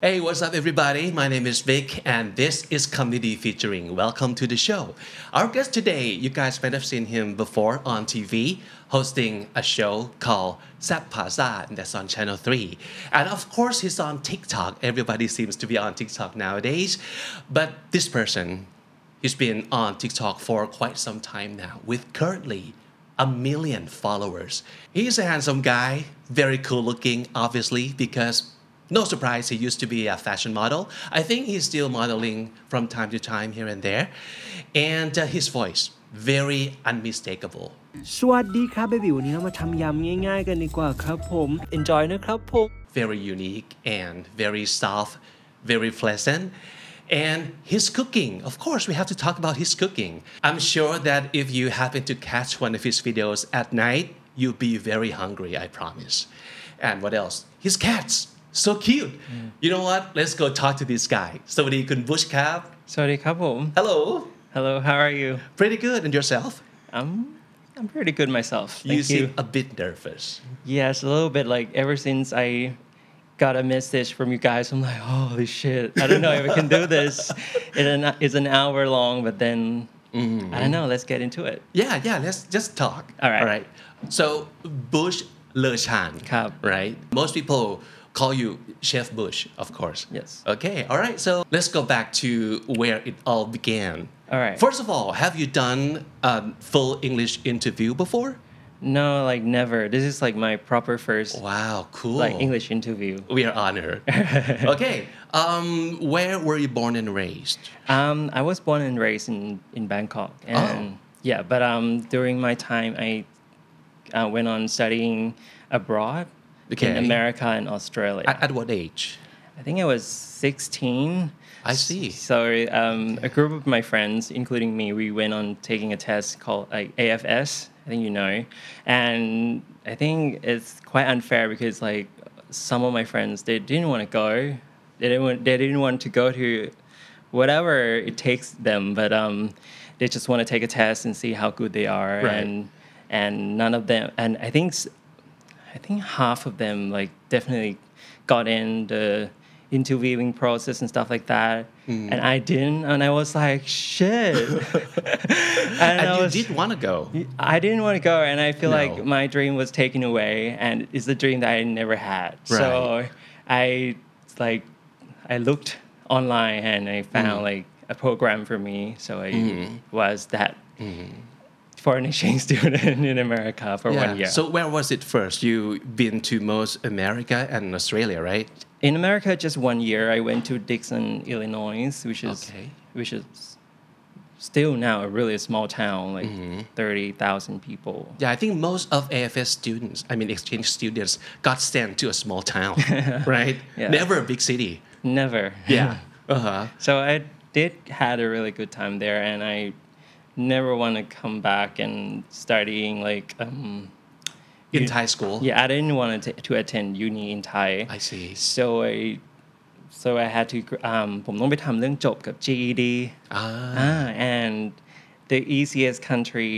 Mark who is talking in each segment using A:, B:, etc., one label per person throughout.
A: Hey, what's up, everybody? My name is Vic, and this is Comedy Featuring. Welcome to the show. Our guest today, you guys might have seen him before on TV, hosting a show called Sap Paza, and that's on Channel 3. And of course, he's on TikTok. Everybody seems to be on TikTok nowadays. But this person, he's been on TikTok for quite some time now, with currently a million followers. He's a handsome guy, very cool looking, obviously, because no surprise, he used to be a fashion model. I think he's still modeling from time to time here and there. And uh, his voice, very unmistakable.
B: สวัสดีครับเบบีวันนี้เรามาทำยำง่าย ๆ กันดีกว่าครับผม enjoy นะครับผม
A: very unique and very soft, very pleasant. And his cooking, of course, we have to talk about his cooking. I'm sure that if you happen to catch one of his videos at night, you'll be very hungry, I promise. And what else? His cats, so cute.
C: Mm.
A: You know what? Let's go talk to this guy. Somebody can bush cap.
C: สวัสดีครับผม
A: Hello,
C: Hello how are you
A: pretty good. And yourself?
C: I'm I'm pretty good myself thank you,
A: seem a bit nervous.
C: yes a little bit like ever since I got a message from you guys I'm like holy shit I don't know if I can do this it an, it's an hour long but then I don't know let's get into it
A: Yeah, yeah, let's just talk.
C: All right.
A: All right. So, Bush Lechan.
C: Cab.
A: Right? Most people call you Chef Bush, of course.
C: Yes.
A: Okay, all right. So, let's go back to where it all began.
C: All right.
A: First of all, have you done a full English interview before?
C: no like never this is like my proper first
A: Wow, cool.
C: like English interview
A: We are honored. okay. Um, where were you born and raised?
C: Um, I was born and raised in, in Bangkok, and yeah, but um, during my time, I uh, went on studying abroad
A: Okay.
C: in America and Australia.
A: At, at what age?
C: I think I was sixteen.
A: I see.
C: So um, a group of my friends, including me, we went on taking a test called like AFS. I think you know, and I think it's quite unfair because like some of my friends they didn't want to go, they didn't want, they didn't want to go to whatever it takes them, but um, they just want to take a test and see how good they are,
A: Right.
C: and and none of them, and I think s- I think half of them like definitely got in the interviewing process and stuff like that.
A: Hmm.
C: And I didn't, and I was like, shit. and I
A: and
C: was-
A: you did want to go.
C: I didn't want to go, and I feel
A: No.
C: like my dream was taken away, and it's a dream that I never had. So I like I looked online and I
A: Hmm.
C: found like a program for me. So I was that
A: Hmm.
C: foreign exchange student in America for one year.
A: So where was it first? You've been to most America and Australia, right?
C: in America, just one year, I went to Dixon, Illinois, which is
A: Okay.
C: which is still now a really small town, like
A: Mm-hmm.
C: thirty thousand people.
A: Yeah, I think most of AFS students, I mean exchange students, got sent to a small town, right?
C: Yeah.
A: Never a big city.
C: Never.
A: Yeah. Uh-huh.
C: so I did had a really good time there, and I never want to come back and studying like um,
A: In Thai school.
C: yeah, I didn't want to to attend uni in Thai.
A: I see.
C: so I so I had to gr- อ่าผมต้องไปทำเรื่องจบ E กับ GED
A: Ah.
C: Ah, and the easiest country,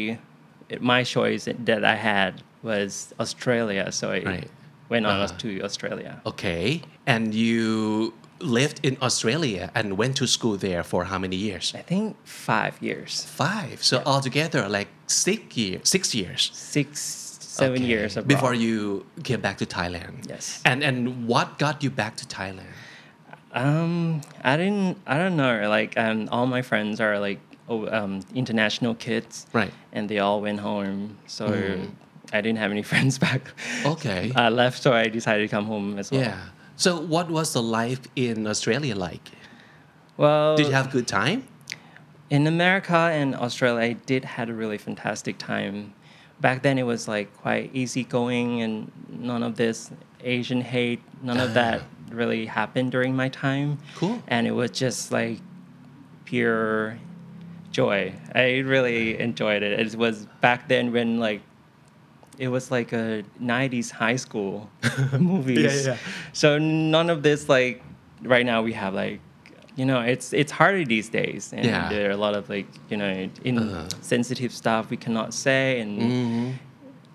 C: my choice that I had was Australia. So I
A: Right.
C: went on
A: Uh-huh.
C: to Australia.
A: Okay. And you lived in Australia and went to school there for how many years?
C: I think five years,
A: Five. So altogether like six years six years.
C: six, seven
A: Okay.
C: years abroad.
A: before you came back to Thailand.
C: Yes.
A: And and what got you back to Thailand?
C: Um, I didn't. I don't know. Like, um, all my friends are like oh, um, international kids,
A: Right. Mm.
C: And they all went home, so I didn't have any friends back.
A: Okay.
C: I left, so I decided to come home as well.
A: Yeah. So what was the life in Australia like?
C: Well,
A: Did you have a good time?
C: in America and Australia, I did had a really fantastic time. Back then, it was like quite easygoing, and none of this Asian hate, none of that really happened during my time.
A: Cool.
C: And it was just like pure joy. I really enjoyed it. It was back then when like it was like a 90s high school movies.
A: yeah.
C: So none of this like right now we have like you know it's it's harder these days and
A: Yeah. Uh-huh. Mm-hmm.
C: there are a lot of like you know insensitive stuff we cannot say and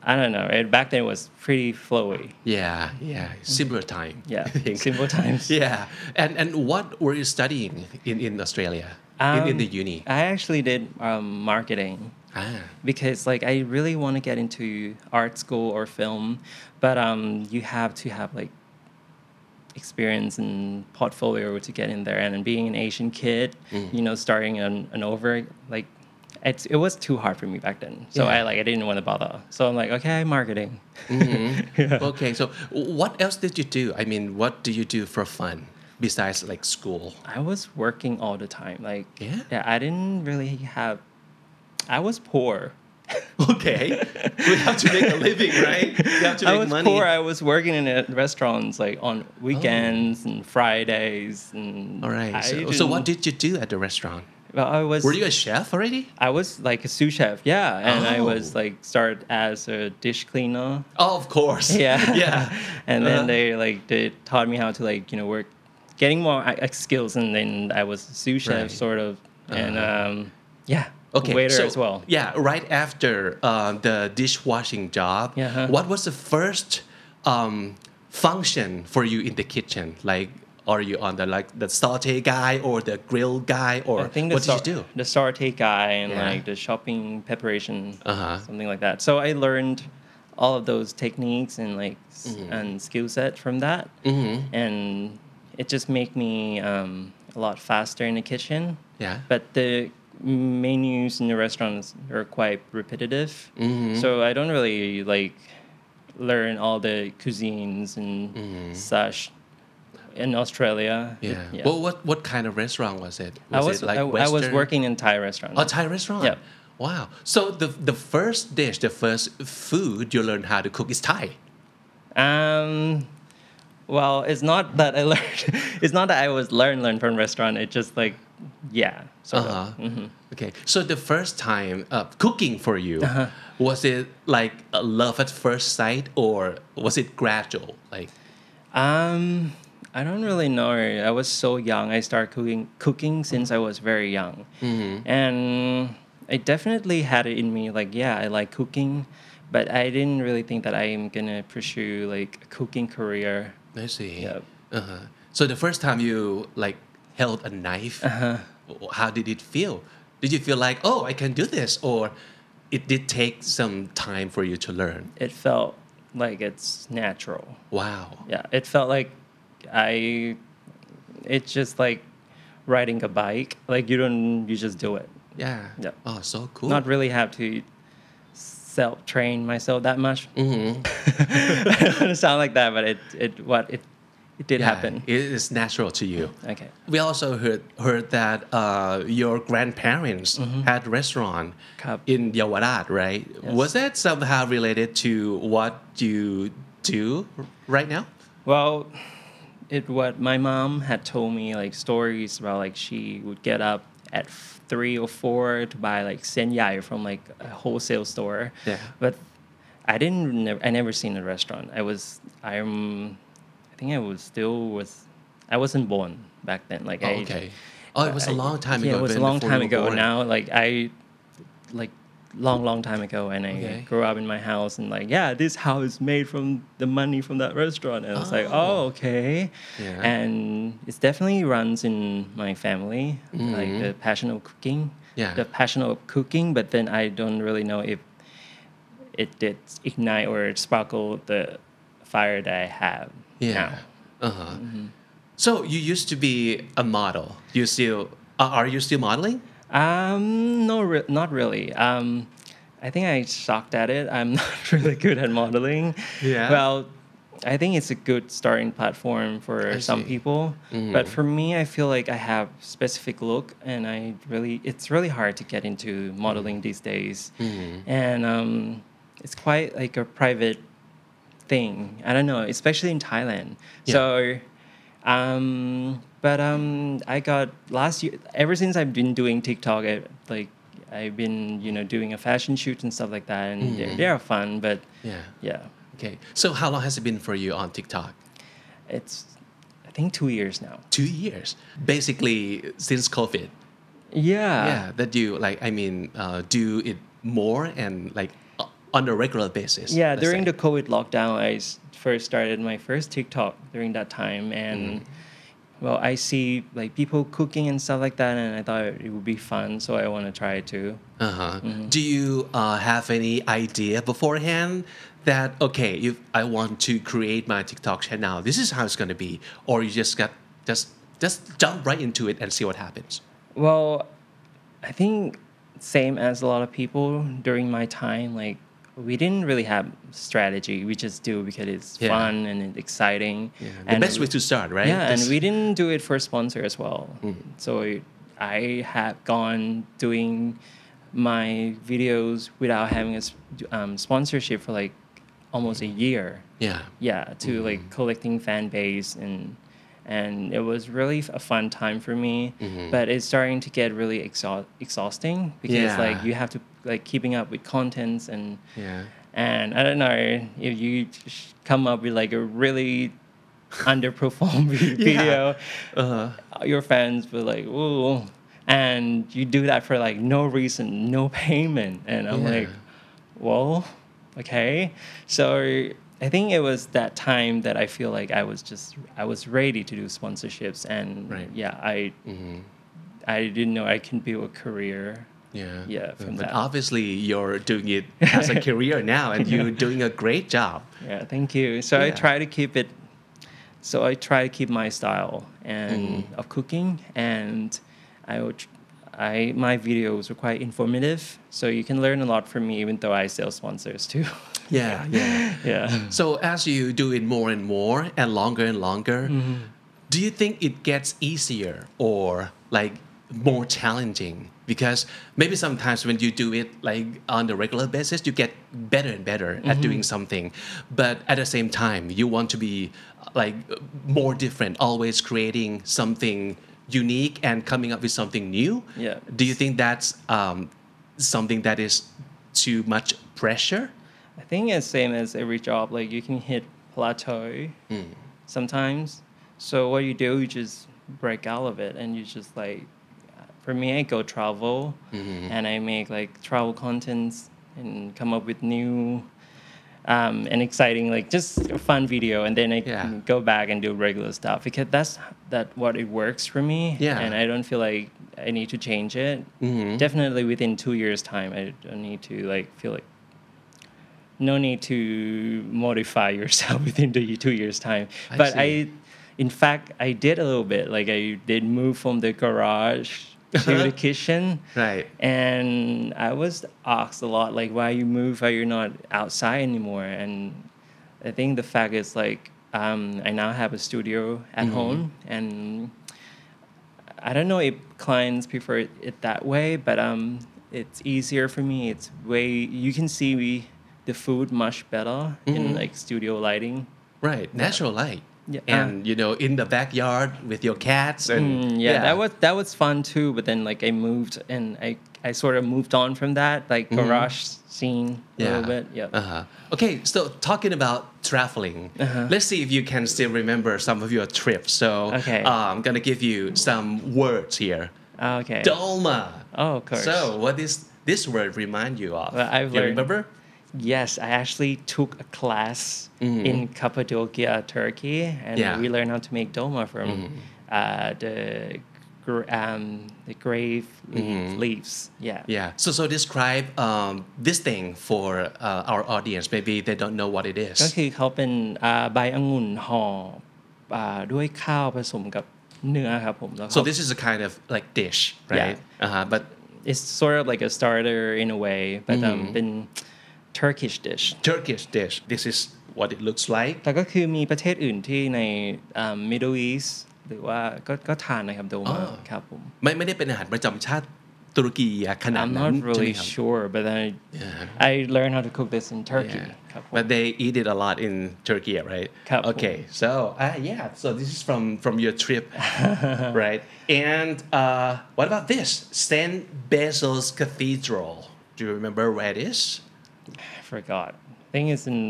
C: I don't know. It, back then it was pretty flowy.
A: Yeah, yeah, similar time.
C: Mm-hmm. Yeah,
A: I think.
C: simple times.
A: Yeah, and and what were you studying in in Australia in, in the uni?
C: Um, I actually did um, marketing
A: Ah,
C: because like I really want to get into art school or film, but um, you have to have like experience and portfolio to get in there. And being an Asian kid,
A: Mm.
C: you know, starting an, an over like it's, it was too hard for me back then. So
A: Yeah. Mm.
C: I like I didn't want to bother. So I'm like, okay, marketing.
A: Mm-hmm. okay. So what else did you do? I mean, what do you do for fun besides like school?
C: I was working all the time. Like
A: Yeah?
C: I didn't really have. I was poor.
A: Okay, we have to make a living, right? You have to
C: I
A: make
C: was
A: money.
C: poor. I was working in a, restaurants like on weekends and Fridays
A: Oh.
C: and.
A: All right.
C: I
A: So, so what
C: didn't-
A: did you do at the restaurant?
C: Well, I was.
A: Were you a chef already?
C: I was like a sous chef, yeah, and I was
A: Oh.
C: like started as a dish cleaner,
A: Oh, of course.
C: yeah,
A: yeah.
C: and then
A: Uh-huh.
C: they like they taught me how to like you know work, getting more uh, skills, and then I was a sous chef
A: Right. Uh-huh.
C: sort of, and um, yeah,
A: Okay.
C: waiter
A: so,
C: as well.
A: Yeah. Right after uh, the dishwashing job,
C: Yeah, huh.
A: what was the first um, function for you in the kitchen? Like, are you on the like the saute guy or the grill guy or
C: I think the
A: what
C: star,
A: did you do?
C: The saute guy and
A: Yeah.
C: like the shopping preparation,
A: Uh-huh.
C: something like that. So I learned all of those techniques and like s
A: Mm-hmm.
C: and skill set from that, and it just made me um, a lot faster in the kitchen.
A: Yeah.
C: But the menus in the restaurants are quite repetitive,
A: Mm-hmm.
C: so I don't really like learn all the cuisines and such in Australia.
A: Mm-hmm. yeah. Well, what what kind of restaurant was it?
C: I was
A: it like
C: I, I was
A: Western?
C: working in Thai restaurant.
A: A Thai restaurant.
C: Yeah.
A: Wow. So the the first dish, the first food you learned how to cook is Thai.
C: Um, well, it's not that I learned. it's not that I was learn learn from restaurant. It's just like, yeah.
A: Uh
C: sort of.
A: huh. Okay. So the first time uh, cooking for you,
C: Uh-huh.
A: was it like a love at first sight or was it gradual? Like,
C: Um, I don't really know. I was so young. I started cooking cooking since I was very young,
A: Mm-hmm.
C: and I definitely had it in me. Like, yeah, I like cooking, but I didn't really think that I am gonna pursue like a cooking career.
A: let's see.
C: Yep.
A: Uh huh. So the first time you like held a knife,
C: Uh-huh.
A: w- how did it feel? Did you feel like, oh, I can do this? Or it did take some time for you to learn?
C: It felt like it's natural.
A: Wow.
C: yeah it felt like i it's just like riding a bike like you don't you just do it
A: Yeah.
C: Yep.
A: Oh, so cool.
C: not really have to self train myself that much mm-hmm. sound like that but it it what it it did
A: Yeah,
C: happen
A: It is natural to you.
C: okay
A: We also heard heard that uh, your grandparents had restaurant
C: Mm-hmm. Cup.
A: in Yawarat, right? Was that somehow related to what you do right now?
C: Well, it what my mom had told me like stories about like she would get up at f- three or four to buy like senyai from like a wholesale store.
A: Yeah.
C: But I didn't. Never, I never seen a restaurant. I was. I'm. I think I was still was. I wasn't born back then. Like
A: Oh,
C: I,
A: okay. Oh, it was a
C: I-
A: long time
C: yeah,
A: ago.
C: It was a
A: then,
C: long
A: before
C: time
A: you were
C: ago.
A: born.
C: Now, like I, like long, long time ago, and I
A: Okay.
C: grew up in my house, and like yeah, this house is made from the money from that restaurant, and I was like,
A: Oh.
C: oh, okay,
A: Yeah.
C: and it's definitely runs in my family, like the passion of cooking,
A: Mm-hmm. Yeah.
C: the passion of cooking, but then I don't really know if it did ignite or sparkle the fire that I have
A: Yeah.
C: now.
A: Uh huh.
C: Mm-hmm.
A: So you used to be a model. You still are are you still modeling?
C: Um, no, re- not really. Um, I think I sucked at it. I'm not really good at modeling.
A: Yeah.
C: Well, I think it's a good starting platform for
A: I
C: some
A: see. Mm-hmm.
C: people, but for me, I feel like I have specific look, and I really, it's really hard to get into
A: Mm-hmm.
C: modeling these days, and um, it's quite like a private thing. I don't know, especially in Thailand.
A: Yeah.
C: So, um, but um, I got last year. Ever since I've been doing TikTok, I, like I've been you know doing a fashion shoot and stuff like that, and they're, they're fun. But
A: Yeah.
C: yeah,
A: Okay. So how long has it been for you on TikTok?
C: it's I think two years now.
A: Two years, basically since COVID.
C: Yeah.
A: yeah that you like i mean uh, do it more and like o- on a regular basis?
C: Yeah,
A: let's
C: during
A: say?
C: the COVID lockdown, I s- first started my first TikTok during that time, and well, I see like people cooking and stuff like that, and I thought it would be fun, so I want to try it too.
A: Uh-huh.
C: Mm-hmm.
A: Do you uh, have any idea beforehand that okay, if I want to create my TikTok channel, this is how it's gonna be, or you just got just just jump right into it and see what happens?
C: Well, I think same as a lot of people during my time, like we didn't really have strategy. We just do because it's
A: Yeah.
C: fun and it's exciting. Yeah.
A: The best way to start, right? Mm-hmm.
C: Yeah, and
A: Just-
C: we didn't do it for sponsor as well. So it- I have gone doing my videos without having a s- um, sponsorship for like almost a year.
A: yeah.
C: Yeah, to like collecting fan base and and it was really f- a fun time for me. But it's starting to get really exhaust exhausting because
A: Yeah.
C: like you have to like keeping up with contents and
A: Yeah.
C: and I don't know if you sh- come up with like a really underperformed video,
A: Uh-huh.
C: Uh, your fans were like, "Ooh," and you do that for like no reason, no payment, and I'm
A: Yeah.
C: like, "Whoa, okay." So I think it was that time that I feel like I was just I was ready to do sponsorships, and
A: Right.
C: yeah, I
A: Mm-hmm.
C: I didn't know I can build a career.
A: Yeah. Uh,
C: Yeah, from
A: but
C: that.
A: obviously you're doing it as a career now and you're doing a great job.
C: Yeah, thank you. So I
A: Yeah.
C: try to keep it. So I try to keep my style and of cooking, and I would. tr- I my videos are quite informative, so you can learn a lot from me, even though I sell sponsors too.
A: Yeah, yeah.
C: yeah.
A: So as you do it more and more and longer and longer, do you think it gets easier or like more challenging? Because maybe sometimes when you do it like on a regular basis, you get better and better at doing something. But at the same time, you want to be like more different, always creating something unique and coming up with something new.
C: Yeah.
A: Do you think that's um, something that is too much pressure?
C: I think it's same as every job. Like you can hit plateau
A: Hmm.
C: sometimes. So what you do, you just break out of it, and you just like, for me, I go travel,
A: Mm-hmm.
C: and I make like travel contents and come up with new. Um, and exciting, like just a fun video, and then I
A: Yeah.
C: can go back and do regular stuff because that's that what it works for me.
A: Yeah.
C: and I don't feel like I need to change it.
A: Mm-hmm.
C: Definitely within two years' time, I don't need to like feel like no need to modify yourself within the two years time
A: I
C: but
A: see.
C: i in fact i did a little bit like i did move from the garage to the kitchen
A: Right.
C: and i was asked a lot like why you move why you're not outside anymore and i think the fact is like um, i now have a studio at
A: Mm-hmm.
C: home and I don't know if clients prefer it, it that way, but um, it's easier for me. It's way you can see we, the food much better
A: Mm-hmm.
C: in like studio lighting.
A: Right, natural light.
C: Yeah. Uh-huh.
A: And you know, in the backyard with your cats and
C: Mm, yeah, that was that was fun too. But then like I moved and I I sort of moved on from that like garage scene a
A: Mm-hmm. yeah.
C: little bit. Yeah.
A: Uh-huh. Okay, so talking about traveling,
C: Uh-huh.
A: let's see if you can still remember some of your trips. So
C: Okay.
A: uh, I'm gonna give you some words here.
C: Ah, Okay.
A: Dolma.
C: Oh, of course.
A: So what is this word remind you of?
C: Well, I've
A: you
C: learned-
A: remember?
C: Yes, I actually took a class in Cappadocia, Turkey, and
A: Mm-hmm. Yeah. Mm-hmm.
C: we learned how to make dolma from uh, the gr- um, the grave leaves. Yeah.
A: Mm-hmm. Yeah. So so describe um, this thing for uh, our audience. Maybe they don't know what it is.
C: ก็คือเขาเป็นอ่าใบองุ่นห่ออ่าด้วยข้าวผสมกับเนื้อครับผมแล้วเขา
A: So this is a kind of like dish, right? Uh-huh. But
C: it's sort of like a starter in a way but um
A: Mm-hmm.
C: เป็น Turkish dish
A: Turkish dish. This is what it looks like.
C: แต่ก็คือมีประเทศอื่นที่ในอ่า Middle East หรือว่าก็ก็ทานนะครับโดมา
A: อ๋อ
C: ครับผม
A: ไม่ไม่ได้เป็นอาหารประจำชาติตุรกีอะขนาด
C: I'm
A: นั้น
C: not
A: ใช่ไหม
C: really
A: ครับ
C: sure, but then I, I learned how to cook this in Turkey.
A: Yeah.
C: ครับผม
A: But they eat it a lot in Turkey, right?
C: ครับผม
A: Okay, so uh, yeah, so this is from from your trip, right? And uh, what about this Saint Basil's Cathedral? Do you remember where it is?
C: I forgot. I think it's in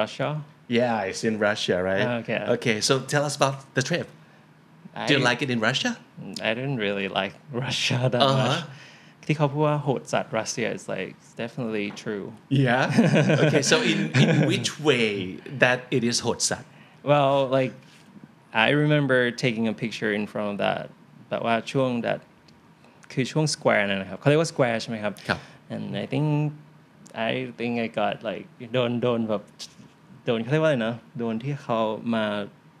C: Russia.
A: Yeah, it's in Russia, right?
C: Okay.
A: Okay, so tell us about the trip.
C: I,
A: Do you like it in Russia?
C: I didn't really like Russia that
A: Uh-huh.
C: much. ที่เขาพูดว่าโหดสัตว์รัสเซีย is like it's definitely true
A: Yeah. Okay. So in, in which way that it is hotsat?
C: Well, like I remember taking a picture in front of that แบบว่าช่วง that คือช่วง square นั่นนะครับเขาเรียกว่า square ใช่ไหมครับ
A: ครับ
C: and I think I think I got like โดนโดนแบบโดนเขาเรียกว่าอะไรนะโดนที่เขามา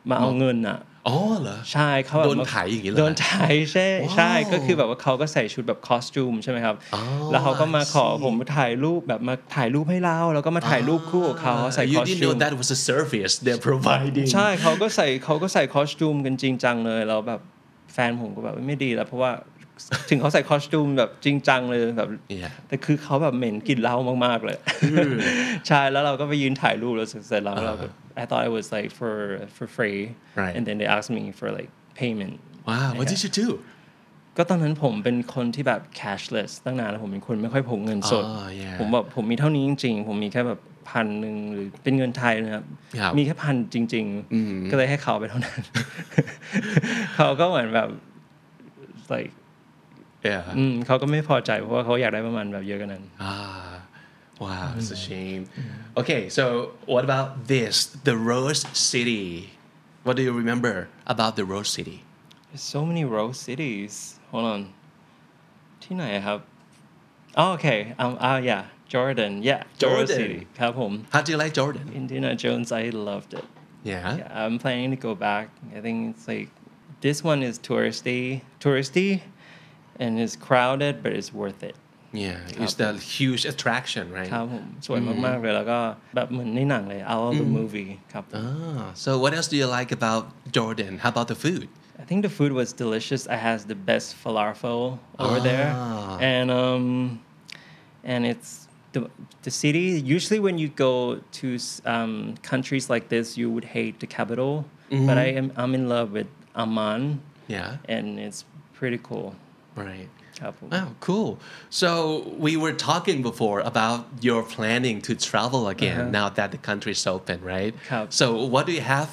C: มาเอาเงินอ่ะ
A: Oh, la.
C: ใช่เขาแบบ
A: โดนไถอย่างงี้เหรอ
C: โดนไถใช่ใช่
A: ว้าว
C: ก็คือแบบว่าเขาก็ใส่ชุดแบบคอสตูมใช่ไหมครับ
A: อ๋อ
C: แล้วเขาก็มา
A: I
C: ขอ
A: see
C: ผมถ่ายรูปแบบมาถ่ายรูปให้เราแล้วก็มาถ่ายรูปคู่กับเขาใส่
A: Ah, you
C: คอส
A: didn't
C: ตู
A: know
C: ม
A: that was a service they're providing.
C: ใช่เขาก็ใส่เขาก็ใส่คอสตูมกันจริงจังเลยแล้วแบบแฟนผมก็แบบไม่ดีแล้ว เพราะว่าถึงเขาใส่คอสตูมแบบจริงจังเลยแบบ
A: Yeah.
C: แต่คือเขาแบบเหม็นกลิ่นเหล้ามาก ๆเลย ใช่แล้วเราก็ไปยืนถ่ายรูปแล้วเสร็จแล้วเราก็ I thought it was like for for free
A: Right.
C: and then they asked me for like payment
A: Wow. What did you do?
C: ก็ตอนนั้นผมเป็นคนที่แบบ cashless ตั้งนานแล้วผมเป็นคนไม่ค่อยพกเงินสด
A: อ๋อ yeah
C: ผมแบบผมมีเท่านี้จริงๆ ผมมีแค่แบบพันหนึ่งหรือเป็นเงินไทยนะครับ
A: ครับ
C: มีแค่พันจริงๆ ก็เลยให้เขาไปเท่านั้น เขาก็เหมือนแบบ like
A: Yeah.
C: อืมเขาก็ไม่พอใจเพราะว่าเขาอยากได้ประมาณแบบเยอะกว่านั้น
A: Ah. Wow. It's a shame. Okay. So what about this? The Rose City. What do you remember about the Rose City?
C: There's so many rose cities hold on ที่ไหนอะครับอ๋อโอเคอ๋อ yeah Jordan yeah Jordan
A: Jordan
C: City ครับผม
A: How do you like Jordan?
C: Indiana Jones I loved it
A: Yeah.
C: Yeah, I'm planning to go back. I think it's like this one is touristy, touristy, and it's crowded, but it's worth it.
A: Yeah. It's the huge attraction, right? Mm-hmm.
C: ครับผมสวยมากๆเลยแล้วก็แบบเหมือนในหนังเลย out of the movie ครับ
A: Ah. So what else do you like about Jordan? How about the food?
C: I think the food was delicious. I had the best falafel over there, and um, and it's the the city. Usually, when you go to um, countries like this, you would hate the capital, but I am I'm in love with Amman,
A: Yeah.
C: and it's pretty cool.
A: Right.
C: ครับผม
A: Oh, cool. So we were talking before about your planning to travel again now that the country's open, right?
C: ครับ.
A: So what do you have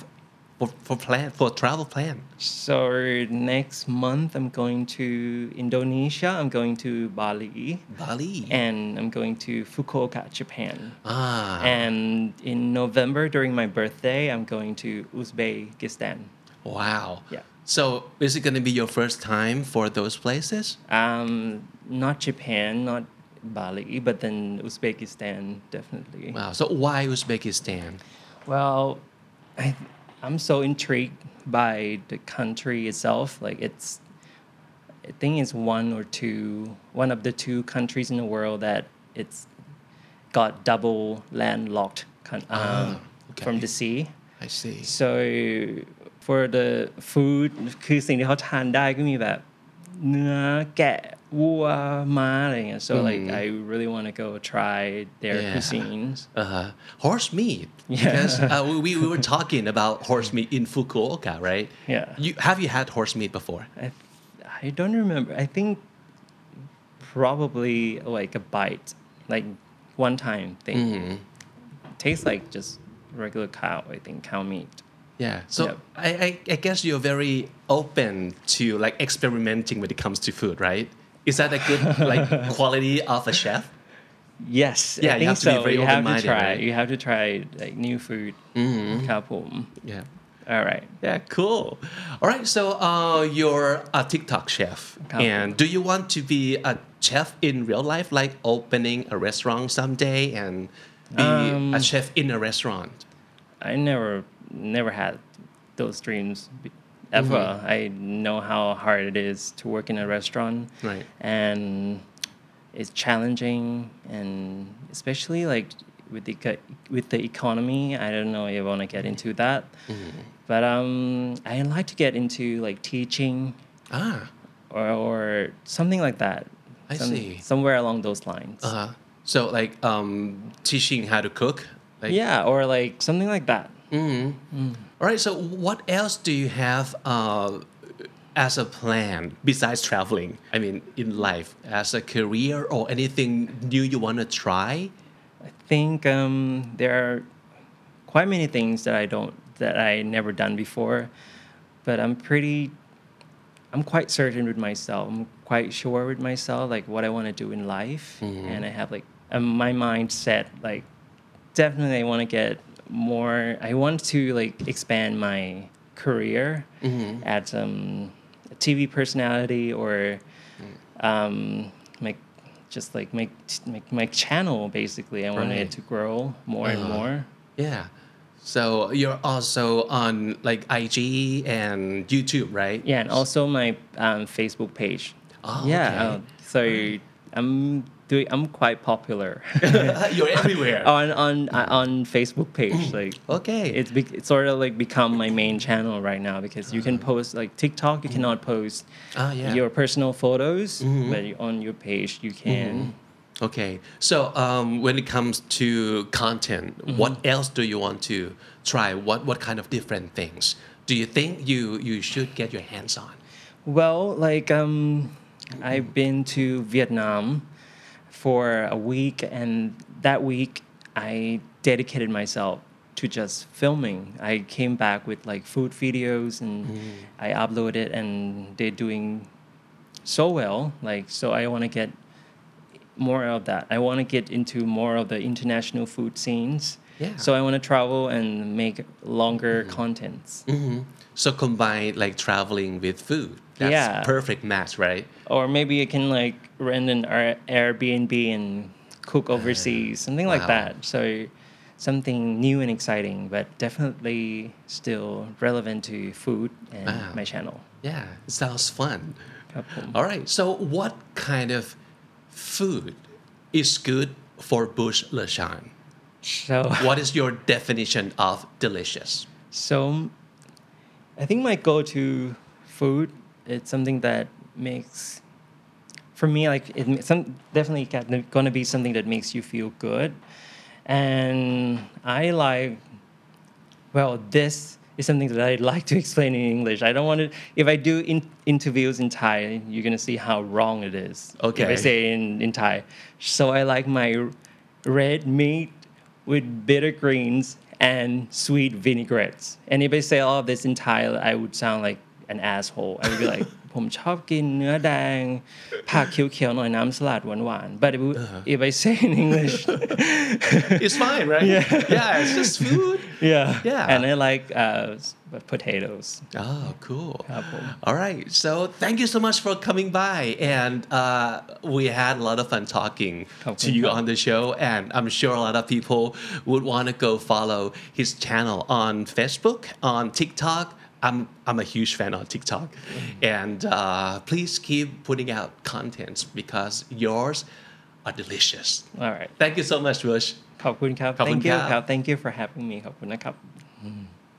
A: for, for plan for travel plan?
C: So next month I'm going to Indonesia. I'm going to Bali,
A: Bali.
C: and I'm going to Fukuoka, Japan.
A: ah.
C: And in November during my birthday, I'm going to Uzbekistan.
A: wow.
C: Yeah.
A: So is it going to be your first time for those places?
C: Um, not Japan, not Bali, but then Uzbekistan definitely.
A: Wow. So why Uzbekistan?
C: Well, I I'm so intrigued by the country itself. Like it's I think it's one or two one of the two countries in the world that it's got double landlocked con- um,
A: Ah, okay.
C: from the sea.
A: I see.
C: So for the food คือสิ่งที่เขาทานได้ก็มีแบบเนื้อแกะวัวม้าอะไรอย่างเงี้ย so like I really want to go try their
A: Mm. Yeah.
C: cuisines
A: Uh-huh. Horse meat. Because uh, we, we- we were talking about horse meat in Fukuoka, right?
C: Yeah.
A: You, have you had horse meat before?
C: I, I don't remember. I think probably like a bite, like one time thing.
A: Mm-hmm.
C: Tastes like just regular cow. I think cow meat.
A: Yeah. So
C: Yep.
A: I, I, I guess you're very open to like experimenting when it comes to food, right? Is that a good like quality of a chef?
C: Yes.
A: Yeah,
C: I
A: you
C: think
A: have to be
C: so.
A: very
C: you have to
A: open-minded,
C: try.
A: right? Mm-hmm.
C: You have to try like new food. Cow pom.
A: Yeah.
C: All right.
A: Yeah, cool. All right, so uh, you're a TikTok chef.
C: Okay.
A: And do you want to be a chef in real life, like opening a restaurant someday and be
C: Um,
A: a chef in a restaurant?
C: I never never had those dreams be- ever.
A: Mm-hmm.
C: I know how hard it is to work in a restaurant.
A: Right.
C: And it's challenging and especially like with the eco- with the economy, I don't know if I want to get into that.
A: Mm-hmm.
C: But um I like to get into like teaching
A: Ah,
C: or, or something like that.
A: I see.
C: Somewhere along those lines.
A: uh, so like um, teaching how to cook. Like,
C: Yeah, or like something like that.
A: All right, so what else do you have uh, as a plan besides traveling? I mean, in life, as a career or anything new you want to try?
C: I think um, there are quite many things that I don't that I never done before, but I'm pretty I'm quite certain with myself. I'm quite sure with myself, like what I want to do in life, and I have like um, my mindset. Like, definitely, I want to get more. I want to like expand my career as um, a TV personality or um, make just like make make my channel basically. I want
A: Right.
C: it to grow more and more.
A: Yeah. So you're also on like IG and YouTube, right?
C: Yeah, and also my um, Facebook page.
A: Oh,
C: yeah.
A: okay.
C: uh, so I'm doing. I'm quite popular
A: you're everywhere.
C: on on uh, on Facebook page. Like
A: Mm. Okay.
C: it's be- it's sort of like become my main channel right now because you can post like TikTok. You cannot post
A: Ah, Uh-huh. Mm. yeah. Mm-hmm.
C: your personal photos, but you- on your page you can.
A: Okay. So um, when it comes to content, what else do you want to try? What what kind of different things do you think you you should get your hands on?
C: Well, like um, I've been to Vietnam for a week, and that week I dedicated myself to just filming. I came back with like food videos, and I uploaded, and they're doing so well. Like, so I want to get more of that. I want to get into more of the international food scenes.
A: Yeah.
C: So I want to travel and make longer contents.
A: So combine like traveling with food. That's
C: Yeah.
A: perfect match, right?
C: or maybe you can like rent an Air- Airbnb and cook overseas, something
A: Uh, wow.
C: like that. So something new and exciting, but definitely still relevant to food and
A: Wow.
C: my channel.
A: Yeah, it sounds fun.
C: ครับผม
A: All right. So what kind of food is good for Bush Lashan?
C: So
A: What is your definition of delicious?
C: so I think my go-to food it's something that makes for me like it ma- some definitely got- gonna be something that makes you feel good and i like well this is something that i'd like to explain in english i don't want to if i do in, interviews in thai you're gonna see how wrong it is if
A: Okay.
C: i say in, in thai so i like my r- red meat with bitter greens and sweet vinaigrettes and if i say all of this in thai i would sound like an asshole I would be like ผมชอบกินเนื้อแดงผักเขียวๆหน่อยน้ำสลัดหวานๆ but if,
A: Uh-huh.
C: if I say in English
A: It's fine, right? Yeah, yeah it's just food.
C: yeah
A: Yeah.
C: and I like uh, s- potatoes
A: Oh, cool.
C: Apple.
A: All right. So thank you so much for coming by. And uh, we had a lot of fun talking
C: Couple
A: to you
C: fun.
A: on the show. And I'm sure a lot of people would want to go follow his channel on Facebook, on TikTok. I'm, I'm a huge fan on TikTok. And uh, please keep putting out contents because yours are delicious.
C: all right
A: Thank you so much, Rush.
C: ขอบคุณครับ
A: ขอบคุณ
C: thank you
A: ครับ
C: ครับ thank you for having me ขอบคุณนะครับ